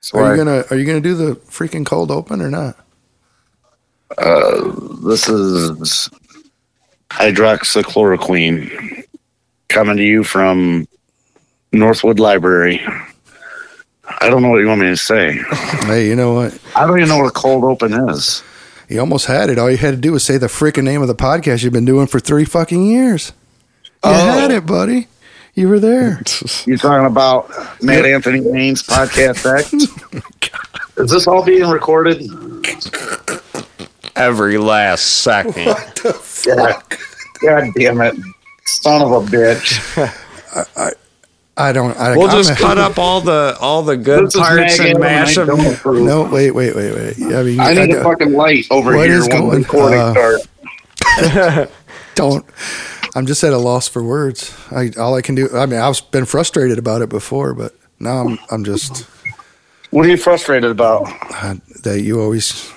That's why Are you gonna Are you gonna do the freaking cold open or not? this is hydroxychloroquine coming to you from Northwood Library. I don't know what you want me to say. Hey, you know what? I don't even know what a cold open is. You almost had it. All you had to do was say the freaking name of the podcast you've been doing for three fucking years. Oh. You had it, buddy. You were there. You talking about Matt Anthony Maine's podcast act? Is this all being recorded? Every last second. God damn it. Son of a bitch. I don't. I, We'll I'm just a- cut up all the all the good This is parts Mag and Allen, mash I them. don't approve. No, wait, wait, wait, wait. I mean, I I need a don't- fucking light over What here is when going- the recording uh, starts. don't. I'm just at a loss for words. I all I can do. I mean, I've been frustrated about it before, but now I'm I'm just What are you frustrated about? uh, that you always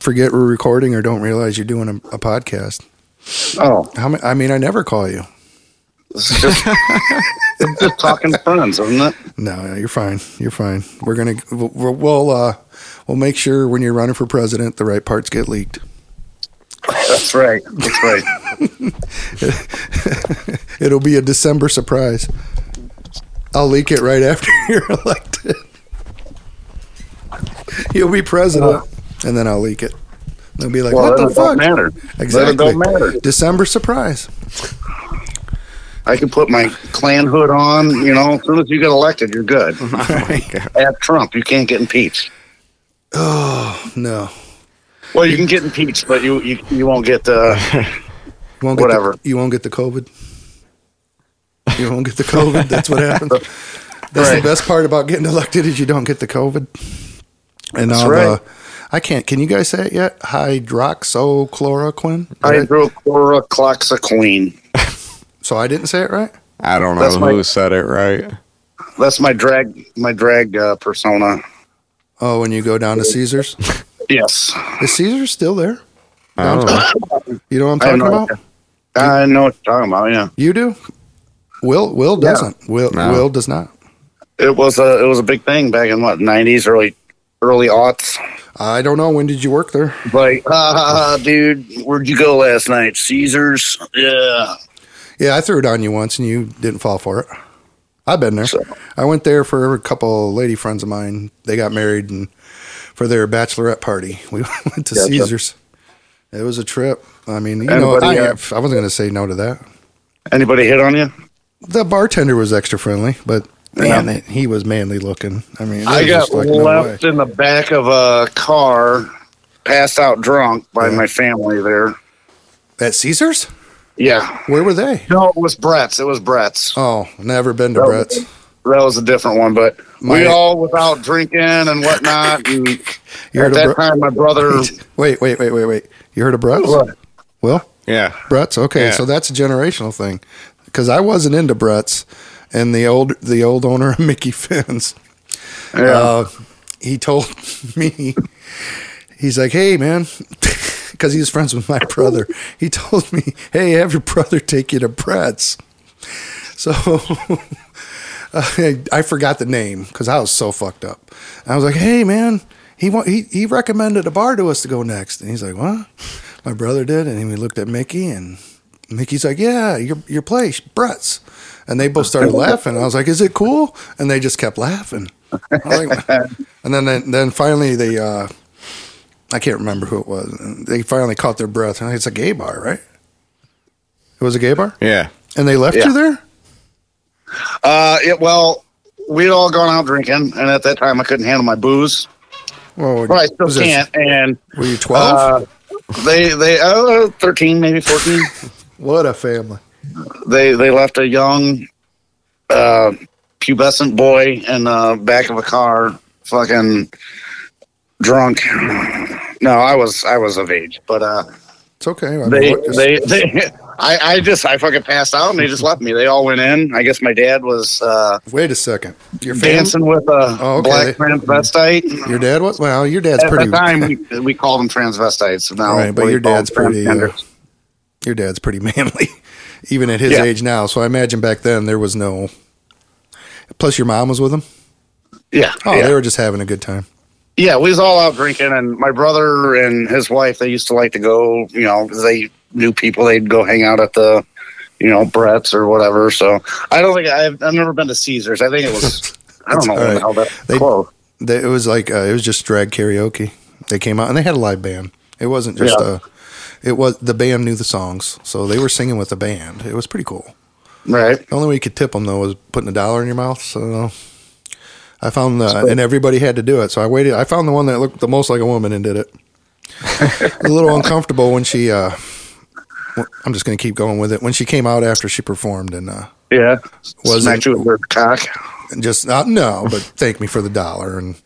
forget we're recording or don't realize you're doing a, a podcast. Oh, How many, I mean, I never call you. this is just, I'm just talking to friends, isn't it? No, no, you're fine. You're fine. We're gonna we'll we'll, uh, we'll make sure when you're running for president, the right parts get leaked. That's right. That's right. It'll be a December surprise. I'll leak it right after you're elected. You'll be president, and then I'll leak it. They'll be like, Well, "What then the it don't fuck?" matter. Exactly. Then it don't matter. December surprise. I can put my Klan hood on. You know, as soon as you get elected, you're good. Oh At Trump, you can't get impeached. No, Well, you can get impeached, but you you, you won't get. Uh, you won't get Whatever. The, you won't get the COVID. You won't get the COVID. That's what happens. That's Right. the best part about getting elected is you don't get the COVID. And That's all right. the, I can't. Can you guys say it yet? Hydroxychloroquine. hydrochloroxacline. So I didn't say it right. I don't know That's who my- said it right. That's my drag my drag uh, persona. Oh, when you go down to Caesars, Yes, is Caesars still there? I don't know. You know what I'm I talking have no about? idea. I know what you're talking about. Yeah, You do. Will Will Yeah. doesn't. Will No. Will does not. it was a it was a big thing back in what '90s, early early aughts. I don't know. When did you work there? Like, ah, dude, where'd you go last night? Caesars. Yeah. Yeah, I threw it on you once, and you didn't fall for it. I've been there. So- I went there for a couple lady friends of mine. They got married, and for their bachelorette party, we went to Gotcha. Caesars. It was a trip. I mean, you know, Anybody, I, I uh, wasn't going to say no to that. Anybody hit on you? The bartender was extra friendly, but Yeah. man, he was manly looking. I mean, it I was got just like, no way. left in the back of a car, passed out drunk by my family there. At Caesars? Yeah. Where were they? No, it was Brett's. It was Brett's. Oh, never been to That Brett's. was- That was a different one, but My- we all was out drinking and whatnot. And You at heard that of Bre- time, my brother. Wait, wait, wait, wait, wait. You heard of Brett's? What? Well, Yeah. Brett's. Okay, Yeah. so that's a generational thing, because I wasn't into Brett's, and the old the old owner of Mickey Finn's. Yeah. Uh, he told me, he's like, hey, man, because he was friends with my brother. He told me, hey, have your brother take you to Brett's. So I, I forgot the name because I was so fucked up. I was like, hey, man, he, wa- he, he recommended a bar to us to go next. And he's like, what? My brother did. And we looked at Mickey and Mickey's like, yeah, your, your place, Brett's. And they both started laughing. I was like, is it cool? And they just kept laughing. I was like, and then, then, then finally they, uh, I can't remember who it was. They finally caught their breath. And it's a gay bar, right? It was a gay bar, Yeah. and they left Yeah. you there. Uh, it, well, we'd all gone out drinking, and at that time, I couldn't handle my booze. Well, Well, I still was this- can't. And Were you twelve? uh, they, they, uh, 13, maybe 14. what a family! they they left a young uh pubescent boy in the back of a car fucking drunk no i was i was of age but uh It's okay. I mean, they what- they they i i just i fucking passed out and they just left me they all went in i guess my dad was uh wait a second. Your fam- dancing with a Oh, okay. black transvestite your dad was well. Your dad's at pretty. the time we, we called them transvestites now Right, but we your call dad's them pretty, uh, transgenders. Your dad's pretty manly, even at his Yeah. age now. So I imagine back then there was no. Plus, your mom was with him. Yeah. Oh, yeah. they were just having a good time. yeah, we was all out drinking, and my brother and his wife they used to like to go. You know, 'cause they knew people. They'd go hang out at the, you know, Brett's or whatever. So I don't think I've I've never been to Caesars. I think it was I don't know all right. how that They- close. They, it was like uh, it was just drag karaoke. They came out and they had a live band. It wasn't just Yeah. uh It was the band knew the songs, so they were singing with the band. It was pretty cool. Right. The only way you could tip them though was putting a dollar in your mouth. So I found uh, and everybody had to do it. So I waited. I found the one that looked the most like a woman and did it. a little uncomfortable when she. Uh, w- I'm just going to keep going with it. When she came out after she performed and uh, Yeah. Was it- Smacked you with her cock. and just uh, no, but thank me for the dollar and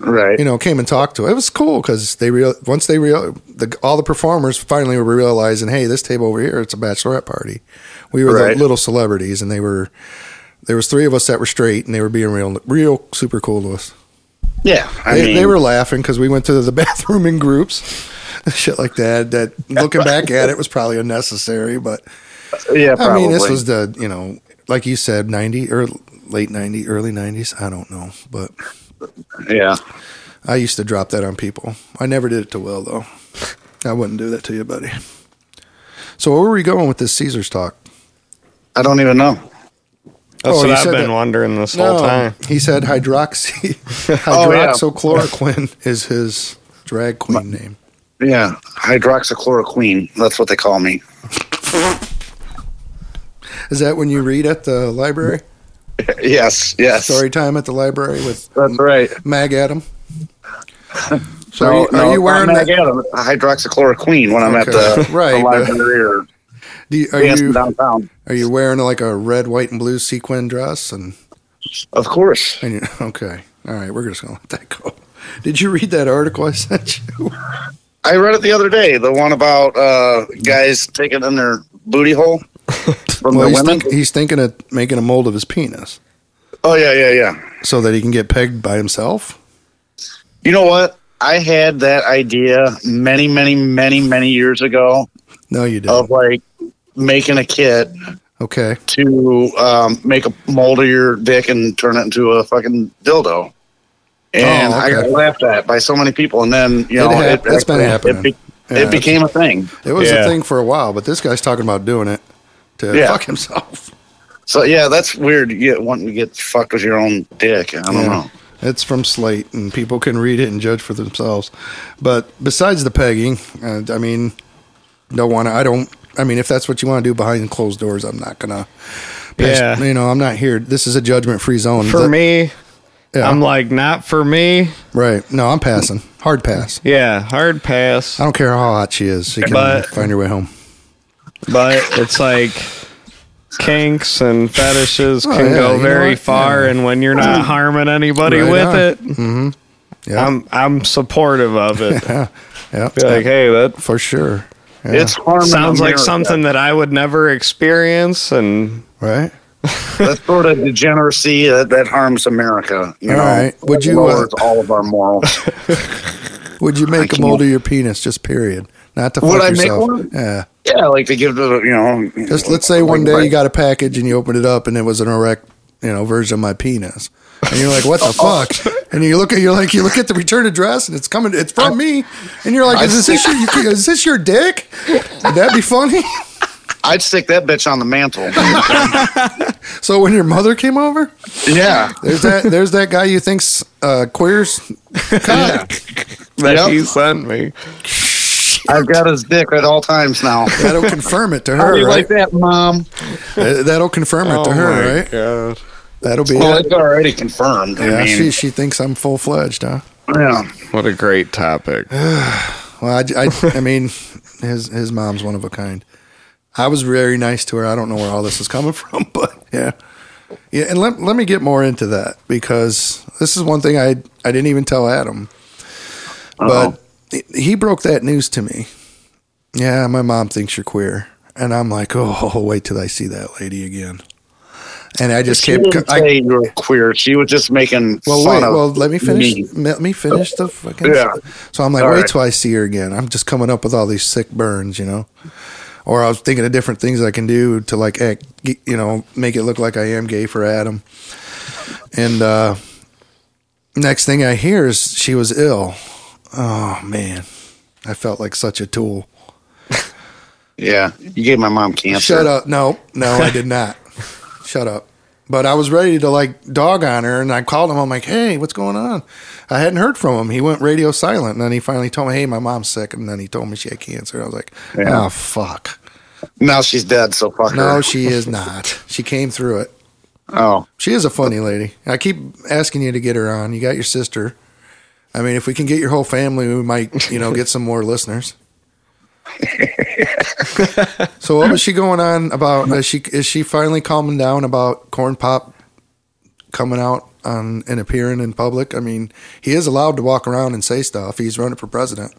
Right. you know came and talked to. It was cool because they real once they real the, all the performers finally were realizing, hey, this table over here, it's a bachelorette party. We were Right. the little celebrities, and they were there was three of us that were straight, and they were being real real super cool to us. yeah. I They, mean, they were laughing because we went to the bathroom in groups, shit like that. That looking back at it was probably unnecessary, but Yeah. Probably. I mean, this was the you know, like you said, ninety or late ninety, early nineties. I don't know, but yeah. I used to drop that on people. I never did it to Will though. I wouldn't do that to you, buddy. So where were we going with this Caesar's talk? I don't even know. That's Oh, what you I've said been that- wondering this whole time. he said hydroxy Oh, yeah. hydroxychloroquine is his drag queen name. Yeah. Hydroxychloroquine. That's what they call me. Is that when you read at the library? yes. Yes. Story time at the library with That's right. Mag Adam. So No, are, you, no, are you wearing that? not Magadam, hydroxychloroquine when I'm at Okay, the, right, but- the library or Do you, are dancing you downtown? are you wearing like a red, white, and blue sequin dress? And, Of course. and you, okay, all right, we're just gonna let that go. Did you read that article I sent you? I read it the other day. The one about uh, guys taking in their booty hole from Well, the he's, women. think, he's thinking of making a mold of his penis oh yeah, yeah, yeah. so that he can get pegged by himself. You know what? I had that idea many, many, many, many years ago No, you didn't. of like making a kit okay, to um, make a mold of your dick and turn it into a fucking dildo. And Oh, I got okay. laughed at by so many people, and then you It know hap- it's been actually- happening. It, be- Yeah, it became a thing. it was Yeah. a thing for a while, but this guy's talking about doing it to Yeah. fuck himself. So yeah, that's weird. You get- wanting to get fucked with your own dick. I don't Yeah. know. It's from Slate, and people can read it and judge for themselves. But besides the pegging, uh, I mean, don't want to. I don't. I mean, if that's what you want to do behind closed doors, I'm not gonna. pass- Yeah. you know, I'm not here. This is a judgment-free zone For That- me, yeah, I'm like, not for me. right. No, I'm passing. Hard pass. Yeah, hard pass. I don't care how hot she is. She can But- find her way home. But it's like kinks and fetishes Oh, can yeah, you go know very what? far, Yeah. and when you're not harming anybody Right with on. Mm-hmm. it, Yeah. I'm I'm supportive of it. Yeah, Be like, hey, that for sure. Yeah, It's harming sounds like America. something that I would never experience, and right. that sort of degeneracy that, that harms America. You All know, right. Would you, uh, lowers all of our morals? Would you make a can't- mold of your penis? Just period. Not to fuck Would I make yourself. one? Yeah. yeah, like to give the you know. Just let's say one day you got a package and you opened it up and it was an erect, you know, version of my penis. And you're like, what the fuck? And you look at you're like you look at the return address and it's coming, it's from me. And you're like, is this your, you- is this your dick? Would that be funny? I'd stick that bitch on the mantle. So when your mother came over, yeah, there's that there's that guy you think's uh, queers. that Yep. he sent me. I've got his dick at all times now. That'll confirm it to How do her, you right? like that, mom? Uh, That'll confirm Oh it to her, right? Oh god! That'll be Well, it. it's already confirmed. Yeah, I mean, she she thinks I'm full fledged, huh? yeah. What a great topic. Well, I, I, I mean, his his mom's one of a kind. I was very nice to her. I don't know where all this is coming from, but yeah, yeah. And let let me get more into that because this is one thing I I didn't even tell Adam, but he broke that news to me. Yeah, my mom thinks you're queer, and I'm like, oh, wait till I see that lady again. And I just She kept. didn't I, say you were queer. She was just making well, fun wait. of Well, let me finish. me. Let me finish the fucking. Yeah. So I'm like, All wait right. till I see her again. I'm just coming up with all these sick burns, you know. Or I was thinking of different things I can do to like, act, you know, make it look like I am gay for Adam. And uh, Next thing I hear is she was ill. Oh man, I felt like such a tool. Yeah, you gave my mom cancer. Shut up. No, no, I did not. Shut up. But I was ready to like dog on her and I called him. I'm like, hey, what's going on? I hadn't heard from him. He went radio silent. And then he finally told me, hey, my mom's sick. And then he told me she had cancer. I was like, Yeah. oh, fuck. Now she's dead, so fuck No, her. she is not. She came through it. oh, She is a funny lady. I keep asking you to get her on. You got your sister. I mean, if we can get your whole family, we might, you know, get some more listeners. so what was she going on about? Is she is she finally calming down about corn pop coming out on and appearing in public? I mean, he is allowed to walk around and say stuff. He's running for president.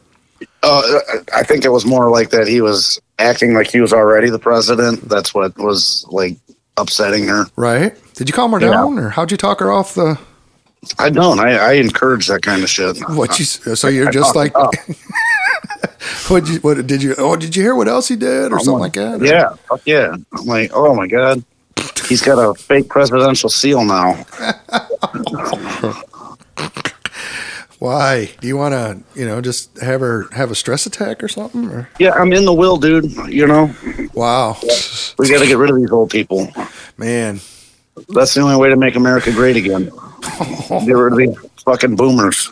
uh, I think it was more like that. He was acting like he was already the president. That's what was like upsetting her. Right? Did you calm her Yeah. down or how'd you talk her off the I don't. I, I encourage that kind of shit. What you? So you're just like, Oh, what? You, what did you? Oh, did you hear what else he did, or something like that? Or- yeah, fuck yeah. I'm like, oh my god, he's got a fake presidential seal now. Why? Do you want to? You know, just have her have a stress attack or something? Or? Yeah, I'm in the will, dude. You know, Wow, we got to get rid of these old people. man. That's the only way to make America great again. Get rid of these fucking boomers.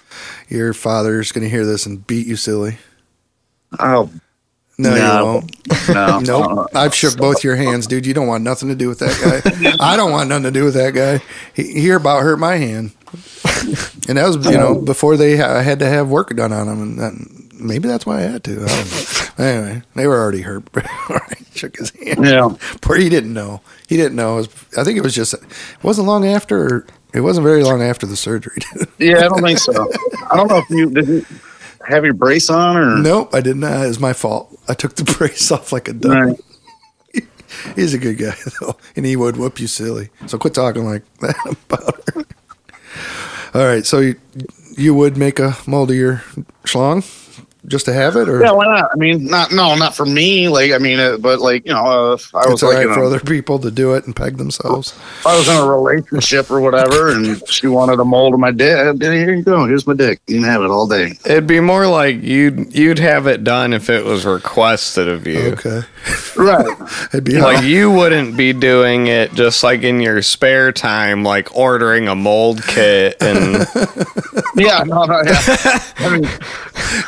Your father's gonna hear this and beat you silly. Oh No, No. you won't. no, Uh, Nope. I've shook both your hands, dude. You don't want nothing to do with that guy. I don't want nothing to do with that guy. He, he about hurt my hand, and that was you know before they ha- I had to have work done on him, and that, maybe that's why I had to. I don't know. anyway, they were already hurt. I shook his hand. Yeah, Poor, he didn't know. He didn't know. It was, I think it was just. It wasn't long after. Or, it wasn't very long after the surgery. dude. yeah, I don't think so. I don't know if you did. You have your brace on or nope, I did not. It was my fault. I took the brace off like a duck. Right. He's a good guy though, and he would whoop you silly. So quit talking like that about her. All right, so you, you would make a mold of your schlong just to have it, or Yeah, why not? I mean, not no, not for me. Like, I mean, uh, but like you know, uh, if I was it's all like right in a- for other people to do it and peg themselves. if I was in a relationship or whatever, and she wanted a mold of my dick. uh, Here you go. Here's my dick. You can have it all day. It'd be more like you'd you'd have it done if it was requested of Oh, you. Okay, Right. it'd be Like you wouldn't be doing it just like in your spare time, like ordering a mold kit and Yeah. No. No. Yeah. I mean,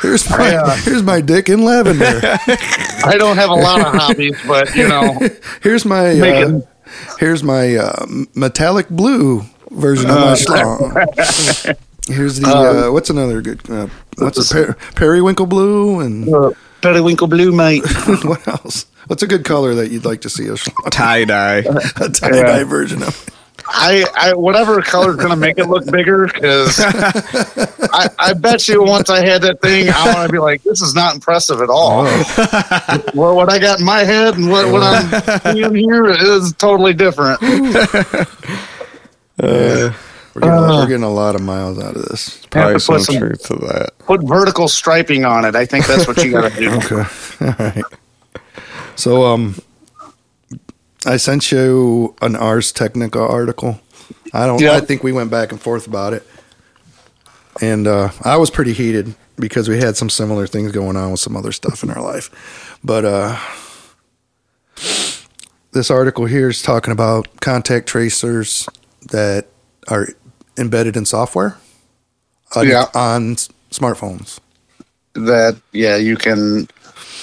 here's my here's my dick in lavender. I don't have a lot of hobbies, but you know, here's my Make uh, here's my uh, metallic blue version of my Uh, schlong. Here's the Um, uh, what's another good uh, what's a per- periwinkle blue and uh, periwinkle blue, mate. what else? What's a good color that you'd like to see a, sh- tie dye. a tie dye version of? I, I whatever color's gonna make it look bigger because I, I bet you once I had that thing I want to be like this is not impressive at all. well, what I got in my head and what, what I'm seeing here is totally different. We're getting, we're getting a lot of miles out of this. Probably put some some- truth to that. Put vertical striping on it. I think that's what you gotta do. Okay, all right. So um, I sent you an Ars Technica article. I don't. I Yeah. think we went back and forth about it, and uh, I was pretty heated because we had some similar things going on with some other stuff in our life. But uh, this article here is talking about contact tracers that are embedded in software on, Yeah. on s- smartphones. That yeah, you can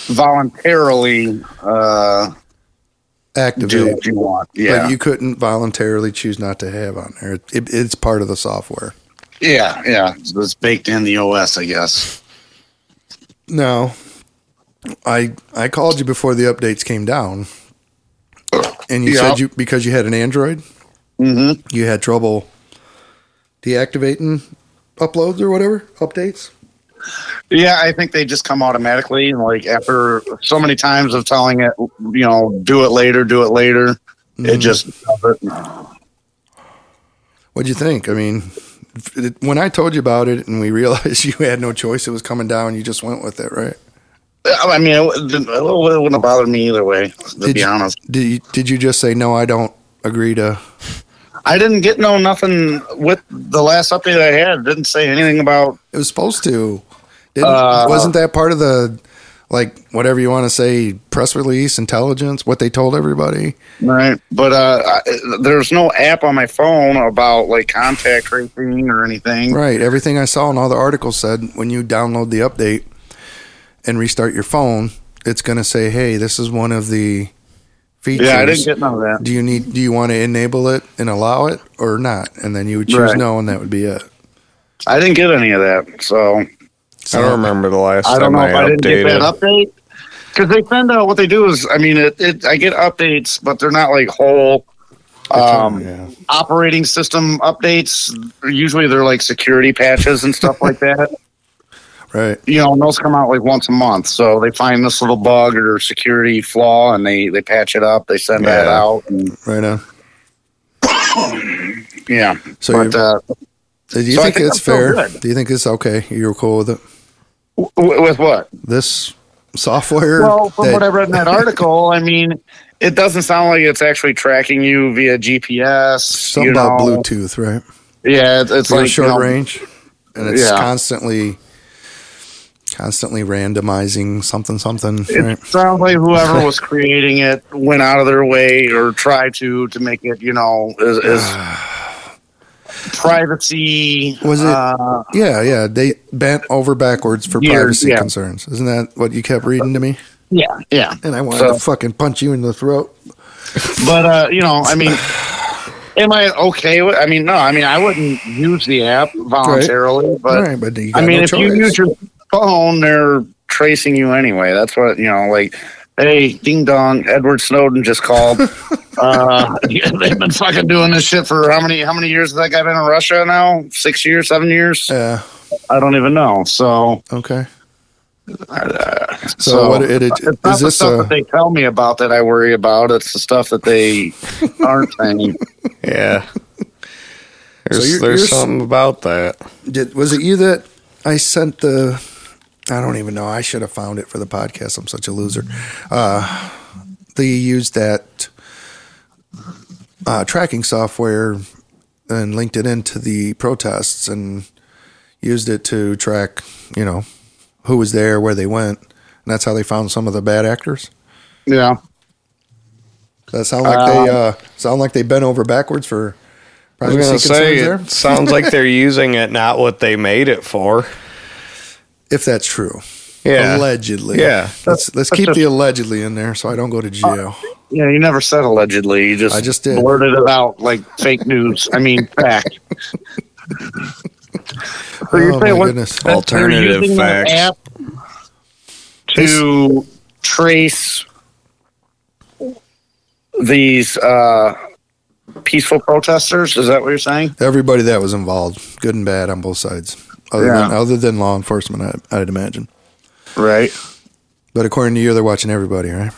voluntarily uh, Activate. do what you want. Yeah, Like you couldn't voluntarily choose not to have on there. It, it, it's part of the software. yeah, yeah. It's baked in the OS, I guess. No, I I called you before the updates came down, and you Yeah. said you because you had an Android, Mm-hmm. you had trouble deactivating uploads or whatever updates. Yeah, I think they just come automatically. and, Like after so many times of telling it, you know, do it later, do it later. Mm-hmm. Mm. It just What'd you think? I mean, f- it- when I told you about it, and we realized you had no choice, it was coming down. You just went with it, right? I mean, it, didn't- it wouldn't bother me either way. To Did be you- honest, Did you, did you just say no? I don't agree to I didn't get no nothing with the last update I had. It didn't say anything about It was supposed to. Didn't, Uh, wasn't that part of the like whatever you want to say press release intelligence what they told everybody? right, but uh, I, there's no app on my phone about like contact tracing or anything. Right. Everything I saw in all the articles said when you download the update and restart your phone, it's going to say, "Hey, this is one of the features." Yeah, I didn't get none of that. do you need do you want to enable it and allow it or not? And then you would choose Right. no and that would be it. I didn't get any of that, so I don't remember the last I don't know time I, if I didn't get that updated. update because they send out what they do is I mean it, it I get updates, but they're not like whole um, yeah. operating system updates. Usually they're like security patches and stuff like that. Right. You know, and those come out like once a month. So they find this little bug or security flaw and they they patch it up. They send that Yeah. out. And, Right on. yeah, So, but you, uh, do you so I think, think it's I'm still fair? good. Do you think it's okay? You're cool with it? w- with what? This software Well, from that- what I read in that article, I mean, it doesn't sound like it's actually tracking you via GPS. something you about know. Bluetooth, right? Yeah, it's, it's It's like short you know, range, and it's Yeah. constantly, constantly randomizing something, something. It Right? sounds like whoever was creating it went out of their way or tried to to make it, you know, as, as privacy. Was it- Uh, Yeah, yeah. They bent over backwards for Years, privacy yeah. concerns. Isn't that what you kept reading to me? yeah, yeah. And I wanted So- to fucking punch you in the throat. But uh, you know, I mean, am I okay with? I mean, no. I mean, I wouldn't use the app voluntarily, but All right, but you got I mean, no if you choice. use your phone, they're tracing you anyway. That's what you know. Like, hey, ding dong, Edward Snowden just called. uh, yeah, they've been fucking doing this shit for how many how many years has that guy been in Russia now? Six years, seven years? yeah. I don't even know. So, Okay. so, So, what? It, it, it's not is the this stuff a? that they tell me about that I worry about. It's the stuff that they aren't saying. Yeah. There's, you're- there's you're s- something about that. Did, was it you that I sent the? I don't even know. I should have found it for the podcast. I'm such a loser. Uh, they used that uh, tracking software and linked it into the protests and used it to track, you know, who was there, where they went, and that's how they found some of the bad actors. Yeah. Does that sound like they uh, sound like they bent over backwards for Um, I was gonna privacy say concerns there. it sounds like they're using it not what they made it for. If that's true. Yeah. Allegedly. Yeah. Let's let's keep the allegedly in there so I don't go to jail. Yeah, you never said allegedly. You just I just did. blurted it out like fake news. I mean, fact. so Oh, saying my what- goodness. that they're Alternative using that facts. app to trace these uh, peaceful protesters. Is that what you're saying? Everybody that was involved, good and bad on both sides. Other Yeah. than other than law enforcement, I, I'd imagine. Right. But according to you, they're watching everybody, right?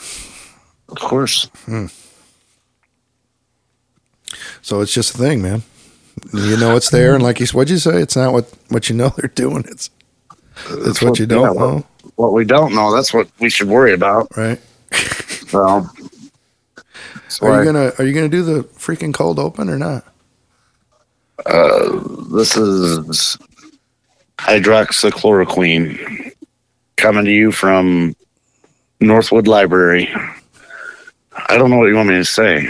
Of course. So it's just a thing, man. You know it's there, and like you, s- what'd you say? It's not what what you know they're doing. It's it's what you what- yeah, don't well- know, What we don't know, that's what we should worry about. right? So. Are Right. you gonna Are you gonna do the freaking cold open or not? This is hydroxychloroquine coming to you from Northwood Library. I don't know what you want me to say.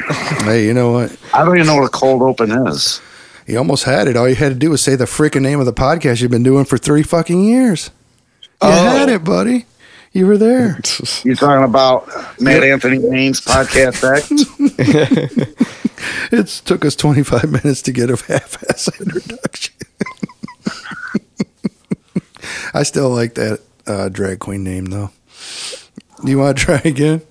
Hey, you know what? I don't even know what a cold open is. You almost had it. All you had to do was say the freaking name of the podcast you've been doing for three fucking years. You had it, buddy. You were there. You're talking about Matt Anthony Maine's podcast X? It took us 25 minutes to get a half-ass introduction. I still like that uh, drag queen name, though. Do you want to try again?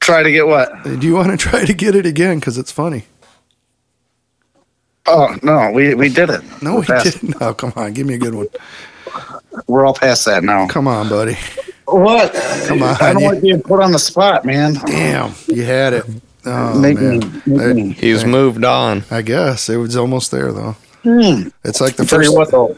Try to get what? Do you want to try to get it again? Because it's funny. Oh, no, we, we did it. No, We're we past- didn't. No, come on. Give me a good one. We're all past that now. Come on, buddy. What? Come on. I don't you- like being put on the spot, man. damn, you had it. Oh, Make man. me- make me. He's moved on. I guess it was almost there, though. It's like the Hmm, Tell first. you what, though,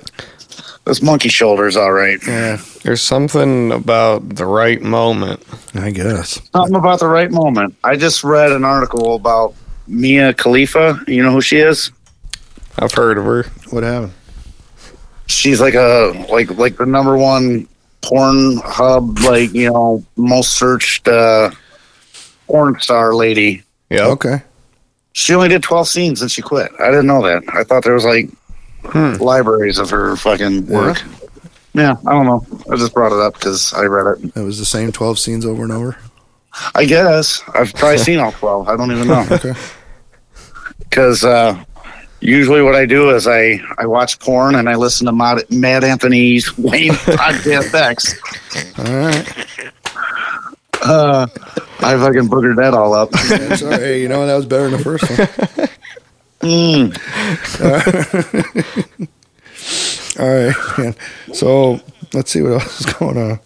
this monkey shoulder's all right. Yeah, There's something about the right moment. I guess. Something about the right moment. I just read an article about Mia Khalifa. You know who she is? I've heard of her. What happened? She's like a like like the number one porn hub, like you know, most searched uh, porn star lady. Yeah. Okay. She only did twelve scenes and she quit. I didn't know that. I thought there was like libraries of her fucking work. Yeah, I don't know. I just brought it up because I read it. It was the same 12 scenes over and over. I guess I've probably seen all twelve. I don't even know. Okay. because uh, usually what I do is I, I watch porn and I listen to Mod- Matt Anthony's Wayne Podcast X. All right. Uh, I fucking boogered that all up. That's all right. Hey, you know, that was better than the first one. Mm. All right, man. So let's see what else is going on.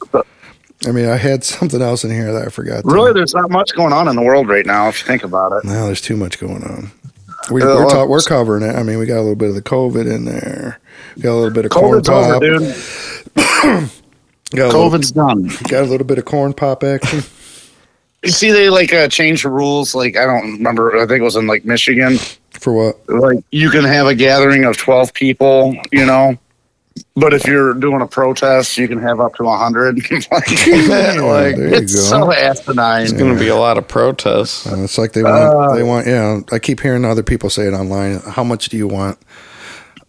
I mean, I had something else in here that I forgot. Really, there's not much going on in the world right now if you think about it. Now there's too much going on. We, Uh, we're, well- ta- we're covering it. I mean, we got a little bit of the COVID in there. We got a little bit of corn COVID's pop. over, dude. Got, a little, COVID's done. got a little bit of corn pop action. You see, they like uh, changed the rules. Like I don't remember. I think it was in like Michigan. For what? Like you can have a gathering of twelve people. You know. But if you're doing a protest, you can have up to 100. like, there you it's go. so asinine. It's going to be a lot of protests. Uh, it's like they want. they want. Yeah, I keep hearing other people say it online. How much do you want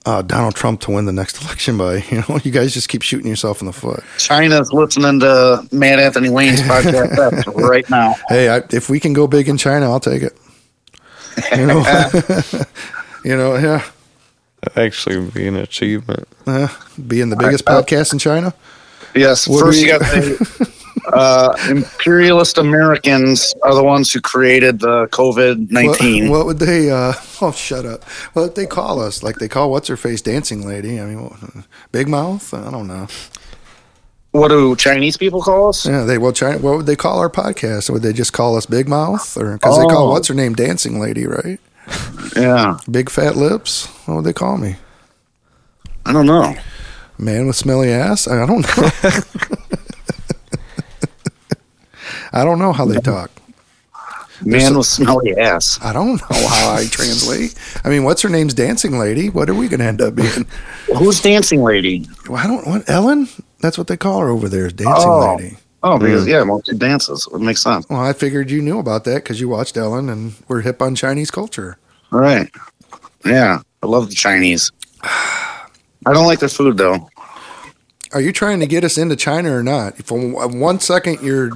uh, Donald Trump to win the next election by? You know, you guys just keep shooting yourself in the foot. China's listening to Matt Anthony Wayne's podcast That's right now. Hey, I, if we can go big in China, I'll take it. You know, you know, yeah, That'd actually would be an achievement. yeah. being the biggest podcast in China. Yes, What first do you we- got the uh, imperialist Americans are the ones who created the COVID What, nineteen. what would they? Uh, oh, shut up! What would they call us? Like they call what's her face dancing lady? I mean, what, big mouth? I don't know. What do Chinese people call us? Yeah, they well, China, what would they call our podcast? Would they just call us Big Mouth, or because they Oh. call what's her name Dancing Lady, right? Yeah, Big Fat Lips. What would they call me? I don't know. Man with smelly ass. I don't know. I don't know how they talk. Man with smelly ass. I don't know how I translate. I mean, what's her name's Dancing Lady? What are we going to end up being? Who's dancing lady? Well, I don't want Ellen. That's what they call her over there, is Dancing Oh, Lady. oh, because yeah, well, she dances. It makes sense. Well, I figured you knew about that because you watched Ellen and we're hip on Chinese culture. All right. Yeah, I love the Chinese. I don't like their food though. Are you trying to get us into China or not? For w- one second, you're,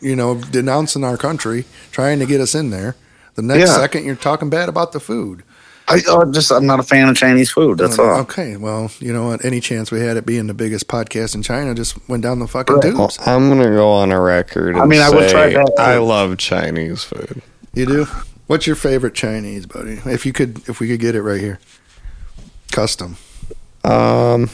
you know, denouncing our country, trying to get us in there. The next Yeah. second, you're talking bad about the food. I oh, just I'm not a fan of Chinese food. That's all. Okay, well, you know what? Any chance we had it being the biggest podcast in China just went down the fucking Right. Well, tubes. I'm going to go on a record. And I mean, I would try say that. I love Chinese food. You do? What's your favorite Chinese, buddy? If you could, if we could get it right here, custom. Um,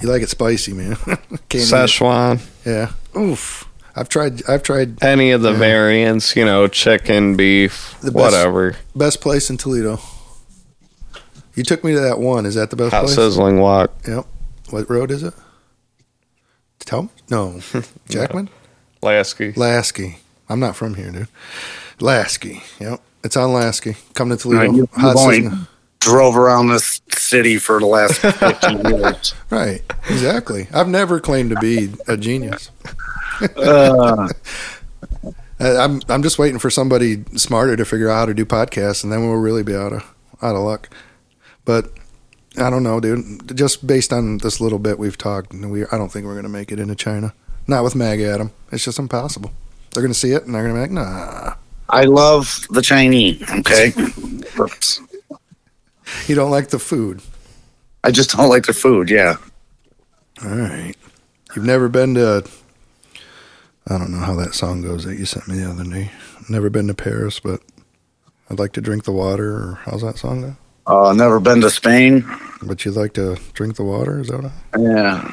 You like it spicy, man? Can't eat it. Szechuan, Yeah. Oof. I've tried. I've tried any of the Yeah. variants, you know, chicken, beef, The best- whatever. best place in Toledo. You took me to that one. Is that the best Hot place? sizzling wok. What road is it? Tell me. No, Jackman. Lasky. Lasky. I'm not from here, dude. Lasky. Yep. It's on Lasky. Come to Toledo. Right, you, Hot have only season. drove around this city for the last 15 years. Right. Exactly. I've never claimed to be a genius. Uh, I- I'm I'm just waiting for somebody smarter to figure out how to do podcasts, and then we'll really be out of out of luck. But I don't know, dude. Just based on this little bit we've talked, we I don't think we're gonna make it into China. Not with Mag Adam. It's just impossible. They're gonna see it, and they're gonna be like, Nah, I love the Chinese, okay? But you don't like the food. I just don't like their food, yeah. All right. You've never been to. I don't know how that song goes that you sent me the other day. Never been to Paris, but I'd like to drink the water. Or how's that song go? Uh, never been to Spain. But you'd like to drink the water? Is that what Yeah,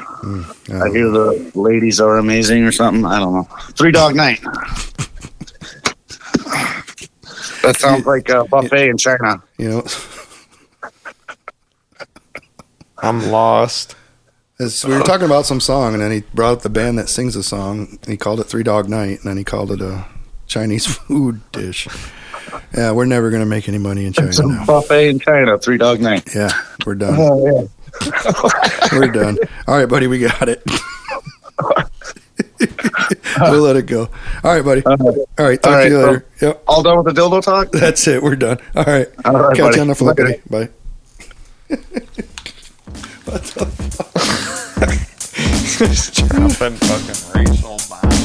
I, I hear the ladies are amazing or something. I don't know. Three Dog Night. That sounds like a buffet in China. You know, I'm lost. as we were talking about some song, and then he brought up the band that sings the song, and he called it Three Dog Night, and then he called it a Chinese food dish. Yeah, we're never gonna make any money in China It's a now. buffet in China, three dog night. Yeah, we're done. Oh, yeah. We're done. All right, buddy, we got it. we'll let it go. All right, buddy. All right, talk Uh-huh. All to you right, later. Yep, All done with the dildo talk? that's it. We're done. All right. All right, Catch buddy. you on the flip, Later. buddy. Bye. what the Dropping fucking racial bombs.